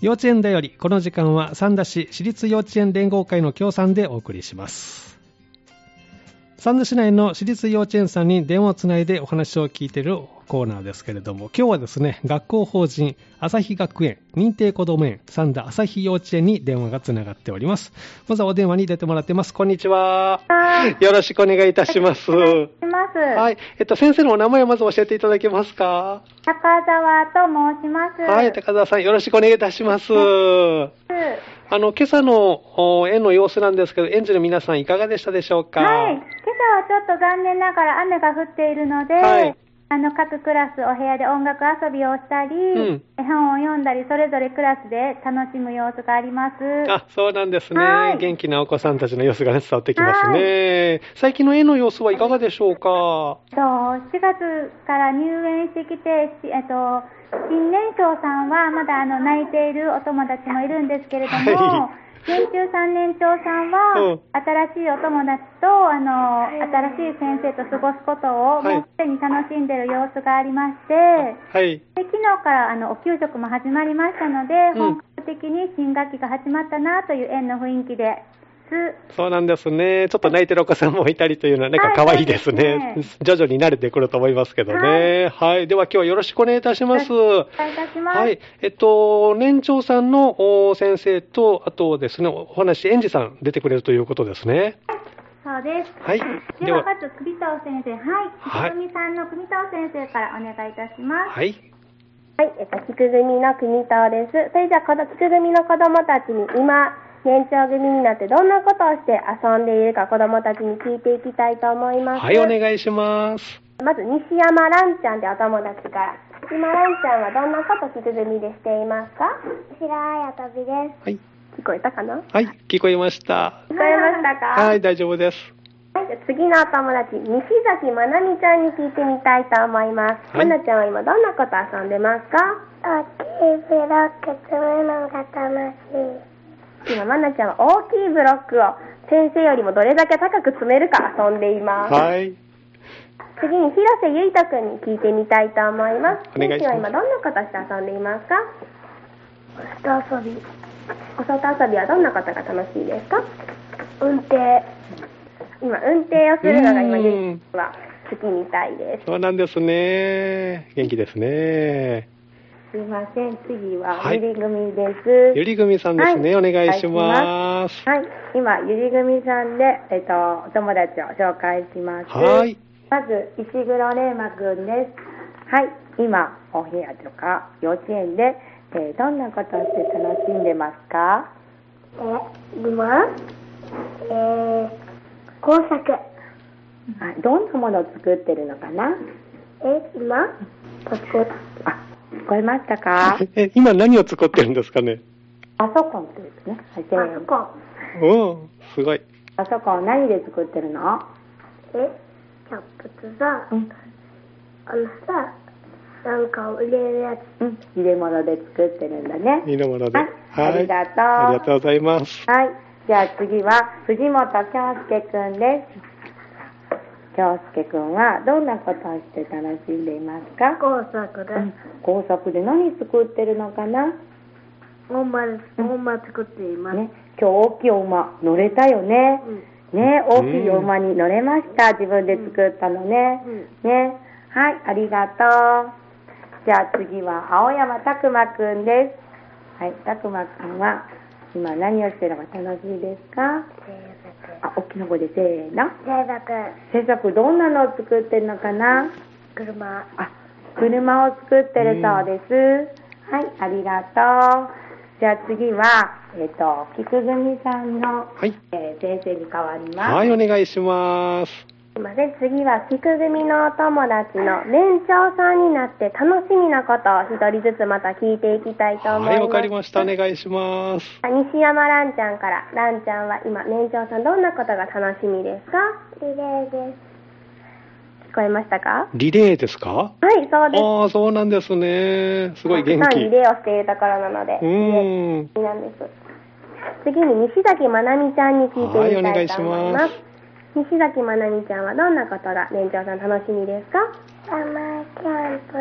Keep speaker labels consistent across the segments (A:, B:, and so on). A: 幼稚園だよりこの時間は三田市私立幼稚園連合会の協賛でお送りします三田市内の私立幼稚園さんに電話をつないでお話を聞いているコーナーですけれども今日はですね学校法人朝日学園認定こども園三田朝日幼稚園に電話がつながっておりますまずはお電話に出てもらってますこんにちは
B: はい。
A: よろしくお願いいたします
B: します。
A: は
B: はい。
A: い、えっと、先生のお名前をまず教えていただけますか。
B: 高沢と申します。
A: はい、高田さん、よろしくお願いいたします。
B: は
A: あの、今朝のお園の様子なんですけど、園児の皆さん、いかがでしたでしょうか。
B: い。今朝はちょっと残念ながら雨が降っているので、
A: はい
B: あの各クラスお部屋で音楽遊びをしたり、
A: うん
B: 絵本を読んだり、それぞれクラスで楽しむ様子があります。
A: あ、そうなんですね
B: は。い
A: 元気なお子さんたちの様子がね伝わってきますね。最近の園の様子はいかがでしょうか。
B: と4月から入園してきて、しえっと、新年長さんはまだあの泣いているお友達もいるんですけれども、
A: は
B: 年中3年長さん
A: う
B: は、
A: ん
B: 新しいお友達とあの新しい先生と過ごすことを
A: はい
B: もうすでに楽しんでいる様子がありまして、
A: はい。
B: で昨日からあのお給食も始まりましたので、
A: うん
B: 本格的に新学期が始まったなという園の雰囲気です。
A: そうなんですね。ちょっと泣いてるお子さんもいたりというのは、なんか
B: はい
A: 可愛いです
B: そう
A: ね
B: で。
A: 徐々に慣れてくると思いますけどね。はい。では、今日はよろしくお願いいたします。
B: お願いいたします。
A: はい、えっと、年長さんのお先生と、あとですね、お話、園児さん出てくれるということですね。
B: そうです。
A: はい
B: で
A: では
B: はまず、栗藤先生、は
A: はい
B: い。菊組さんの栗藤先生からお願いいたします。
A: はい。
C: はい、えっと、菊組の国藤です。それじゃあ、この菊組の子供たちに今、年長組になってどんなことをして遊んでいるか子供たちに聞いていきたいと思います。
A: はい、お願いします。
C: まず、西山蘭ちゃんでお友達から。西山蘭ちゃんはどんなこと菊組でしていますか白い遊びで
A: はい。
C: す。聞こえたかな
A: はい、聞こえました。
C: 聞こえましたか
A: はい、大丈夫です。
C: はい、じゃあ次のお友達、西崎まなみちゃんに聞いてみたいと思います。
A: は
C: ま
A: い
C: なちゃんは今どんなこと遊んでますか大きいブロック積むのが楽しい。今、まなちゃんは大きいブロックを先生よりもどれだけ高く積めるか遊んでいます。
A: はい。
C: 次に、広瀬ゆいとくんに聞いてみたいと思います。
A: お願いします
C: ゆは今どんなことして遊んでいますかお外遊び。お外遊びはどんなことが楽しいですか運転。今、運転をするのが今、
A: うん
C: ゆいは好きみたいです。
A: そうなんですね。元気ですね。
C: すいません、次
A: はいゆり
C: 組です。
A: ゆり組さんですね。
C: はい
A: お願いします。
C: はい、今、ゆり組さんで、えっと、お友達を紹介します。
A: はい。
C: まず、石黒玲馬くんです。はい、今、お部屋とか幼稚園で、えーどんなことをして楽しんでますか
D: え、馬えー、工作。
C: はい、どんなものを作ってるのかな
D: え、今パソコン。
C: あ、聞こえましたか
A: え、今何を作ってるんですかね。
C: パソコンってですね。はい、せ
D: パ
C: ー
D: ソ
C: の
D: コン。
A: うん、すごい。
C: パソコン何で作ってるの
D: え、キャップとさ、
C: うん、
D: あのさ、なんかを入れるやつ。
C: うん、入れ物で作ってるんだね。
A: いいのもので。
C: はいありがとう
A: ありがとうございます。
C: はい。じゃあ次は藤本京介くんです。京介くんはどんなことをして楽しんでいますか
D: 工作で
C: うん工作で何作ってるのかな
D: す。本場です。本場作っています。
C: ね、今日大きいお馬乗れたよね。ね、大きいお馬に乗れました。自分で作ったのね。ね、はい、ありがとう。じゃあ次は青山拓磨くんです。はい、拓磨くんは今何をしてるのが楽しいですかあ、大きな声でせーの。
D: 大学、
C: 制作どんなのを作ってるのかな
D: 車。
C: あ、車を作ってるそうです。はい、ありがとう。じゃあ次は、えっ、と、菊組さんの、
A: はい。
C: えー先生に変わります。
A: はい、お願いします。
C: すいません、次は菊組のお友達の年長さんになって楽しみなことを一人ずつまた聞いていきたいと思います。
A: はい、わかりました。お願いします。
C: あ西山蘭ちゃんから、蘭ちゃんは今、年長さんどんなことが楽しみですか
D: リレーです。
C: 聞こえましたか
A: リレーですか
C: はい、そうです。
A: ああ、そうなんですね。すごい元
C: たくさん
A: 気。
C: リレーをしているところなので、
A: うーん。
C: リレーなんです。次に西崎まなみちゃんに聞いてみたいと思います。
A: はいお願いします
C: 西崎まなみちゃんはどんなことが年長さん楽しみですか
D: サマーキャンプ。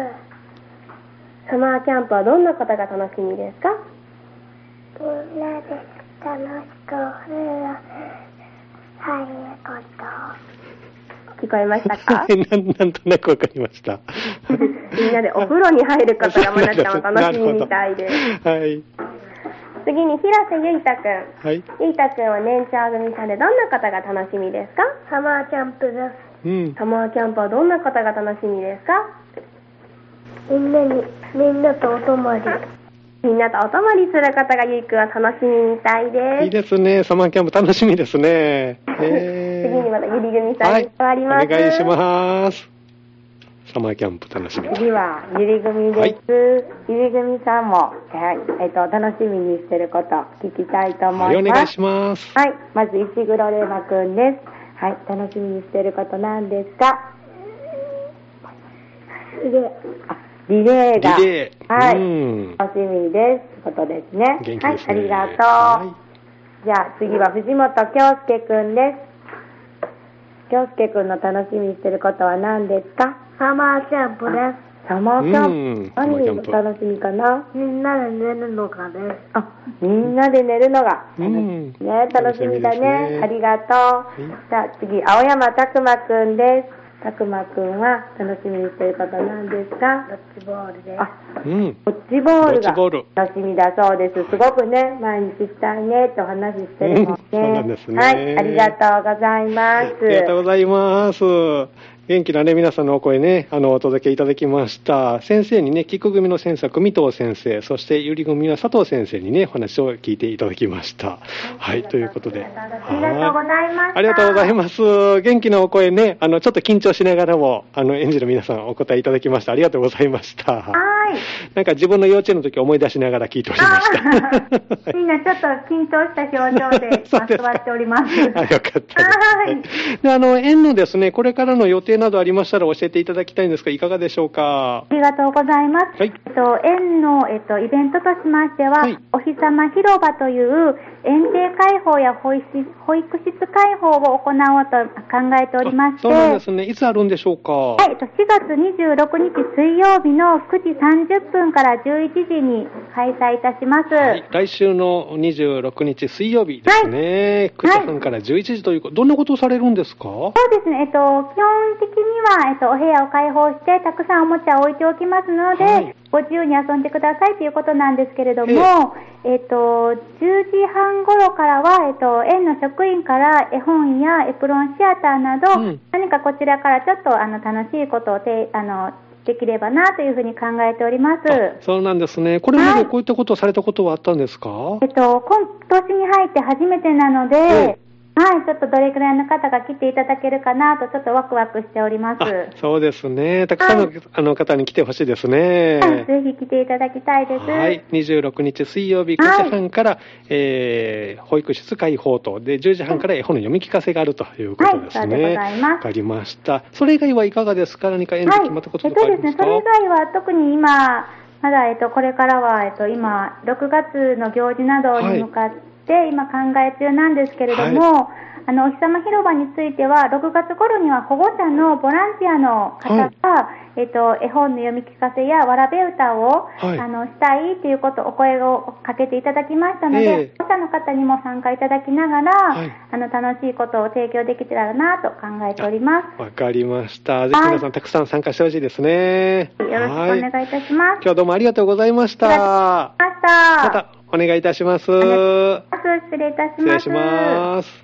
C: サマーキャンプはどんなことが楽しみですか
D: 楽しく冬が入ること
E: 聞こえました か
A: はい、なんなんとなくわかりました。
E: みんなでお風呂に入ることがまなちゃんは楽しみみたいです。
A: はい。
E: 次に、平瀬ゆいたくん。
A: はい。
E: ゆいたくんは年長組さんでどんな方が楽しみですか
D: サマーキャンプで
A: うん。
E: サマーキャンプはどんな方が楽しみですか
D: すみんなにみんなとお泊まり
E: みんなとお泊まりすることがゆいくんは楽しみみたい
A: いい
E: です。
A: ですね。サマーキャンプ楽しみですね。え
E: 次にまたゆり組さんに変わりま
A: はい。
E: す。
A: お願いします。サマーキャンプ楽しみ。
E: 次は、ゆり組です。ゆり組さんも、はい、えっと、楽しみにしてること聞きたいと思
A: はい、お
E: い
A: 願
E: ま
A: い
E: す
A: し。ます。
E: はい、まず、石黒玲馬くんです。はい、楽しみにしてることなんですか
D: すげえ
E: あリレーだ。
A: リレー。
E: はい。
A: うん。
E: 楽しみです。ということですね。
A: 元気ですね。
E: はい、ありがとう。じゃあ次は藤本京介くんです。京介くんの楽しみにしてることは何ですか
D: サマーキャンプで
E: サマーキャンプ。
A: うんサマーキャン
E: 何
A: プ
E: の楽しみかな
D: すみんなで寝るのがね
E: あ、みんなで寝るのが楽しみ、
A: うん
E: ね、楽しみだねありがとう。
A: はい
E: じゃあ次、青山拓磨くんです。拓磨くんは楽しみにしてることは何ですか
D: ドッジボールで
E: あ、
A: はい。うん。
E: ドッジボール
A: ドッジ
E: が
A: ボール
E: 楽しみだそうです。すごくね、毎日したいねってお話ししてるもんね。
A: うんそうなんですね
E: はい、ありがとうございます。
A: ありがとうございます。元気なね、皆さんのお声ね、あの、お届けいただきました。先生にね、菊組の先作、三藤先生、そしてゆり組の佐藤先生にね、お話を聞いていただきました。はい、ということで。
B: ありがとうございました。
A: ありがとうございます。元気なお声ね、あの、ちょっと緊張しながらも、あの、園児の皆さんお答えいただきました。ありがとうございました。
B: はい。
A: なんか自分の幼稚園の時思い出しながら聞いておりま した。はい
B: みんなちょっと緊張した表情 で
A: そうです
B: 座
A: か
B: っております。
A: あ、よかったです。
B: はい
A: で、あの、園のですね、これからの予定などありましたら教えていただきたいんですが、いかがでしょうか。
B: ありがとうございます。
A: はい
B: えっと、園の、えっと、イベントとしましては、
A: はい
B: お日様広場という園庭開放や保育室保育室開放を行おうと考えておりまして、
A: そうなんですね。いつあるんでしょうか。
B: はい、えっと4月26日水曜日の9時30分から11時に開催いたします。
A: はい来週の26日水曜日ですね、
B: はい
A: 9時半から11時ということ、どんなことをされるんですか
B: そうですね、えっと、基本的には、えっと、お部屋を開放して、たくさんおもちゃを置いておきますので、
A: はい
B: ご自由に遊んでくださいということなんですけれど
A: え
B: も、えっと、10時半頃からは、えっと、園の職員から絵本やエプロンシアターなど、
A: うん
B: 何かこちらからちょっとあの楽しいことをてあのできればなというふうに考えております。
A: あそうなんですね。これま
B: は
A: で
B: い
A: こういったことをされたことはあったんですか、
B: えっと、今年に入って初めてなので、
A: ええ
B: はい、ちょっとどれくらいの方が来ていただけるかなと、ちょっとワクワクしております。
A: あそうですね。たくさんの,、
B: はい
A: あの方に来てほしいですね。
B: はい、ぜひ来ていただきたいです。
A: はい、26日水曜日9
B: はい
A: 時半から、えー保育室開放とで10時半から絵本の読み聞かせがあるということですね。
B: はいそうでございます
A: わかりました。それ以外はいかがですか何か演
B: は
A: 技
B: い
A: 決まったこと
B: えっ
A: とか
B: と
A: あり
B: です
A: ま
B: ね
A: す、か、
B: それ以外は特に今、まだ、えっと、これからは、えっと、今、6月の行事などに向かって、今考え中なんですけれども、あの、お日様広場については、6月頃には保護者のボランティアの方が、えっと、絵本の読み聞かせやわらべ歌を、
A: はい
B: あの、したいということ、お声をかけていただきましたので、
A: ええ
B: 保護者の方にも参加いただきながら、
A: はい
B: あの、楽しいことを提供できたらなと考えております。
A: わかりました。ぜひ皆さんたくさん参加してほしいですね。
B: よろしくお
A: はい。今
B: 願いいたします。
A: 日はどうもありがとうございました。
B: あ
A: ま
B: りがとう
A: たお願いいたします。
B: ございました。失礼いたし
A: 失
B: ま
A: 礼
B: す。
A: します。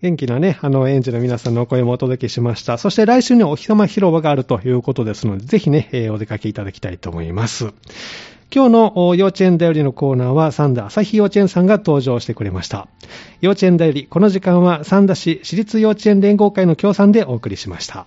F: 元気なね、あの、園児の皆さんのお声もお届けしました。そして来週にはお日様広場があるということですので、ぜひね、えーお出かけいただきたいと思います。今日のお幼稚園だよりのコーナーは、三田朝日幼稚園さんが登場してくれました。幼稚園だより、この時間は三田市私立幼稚園連合会の協賛でお送りしました。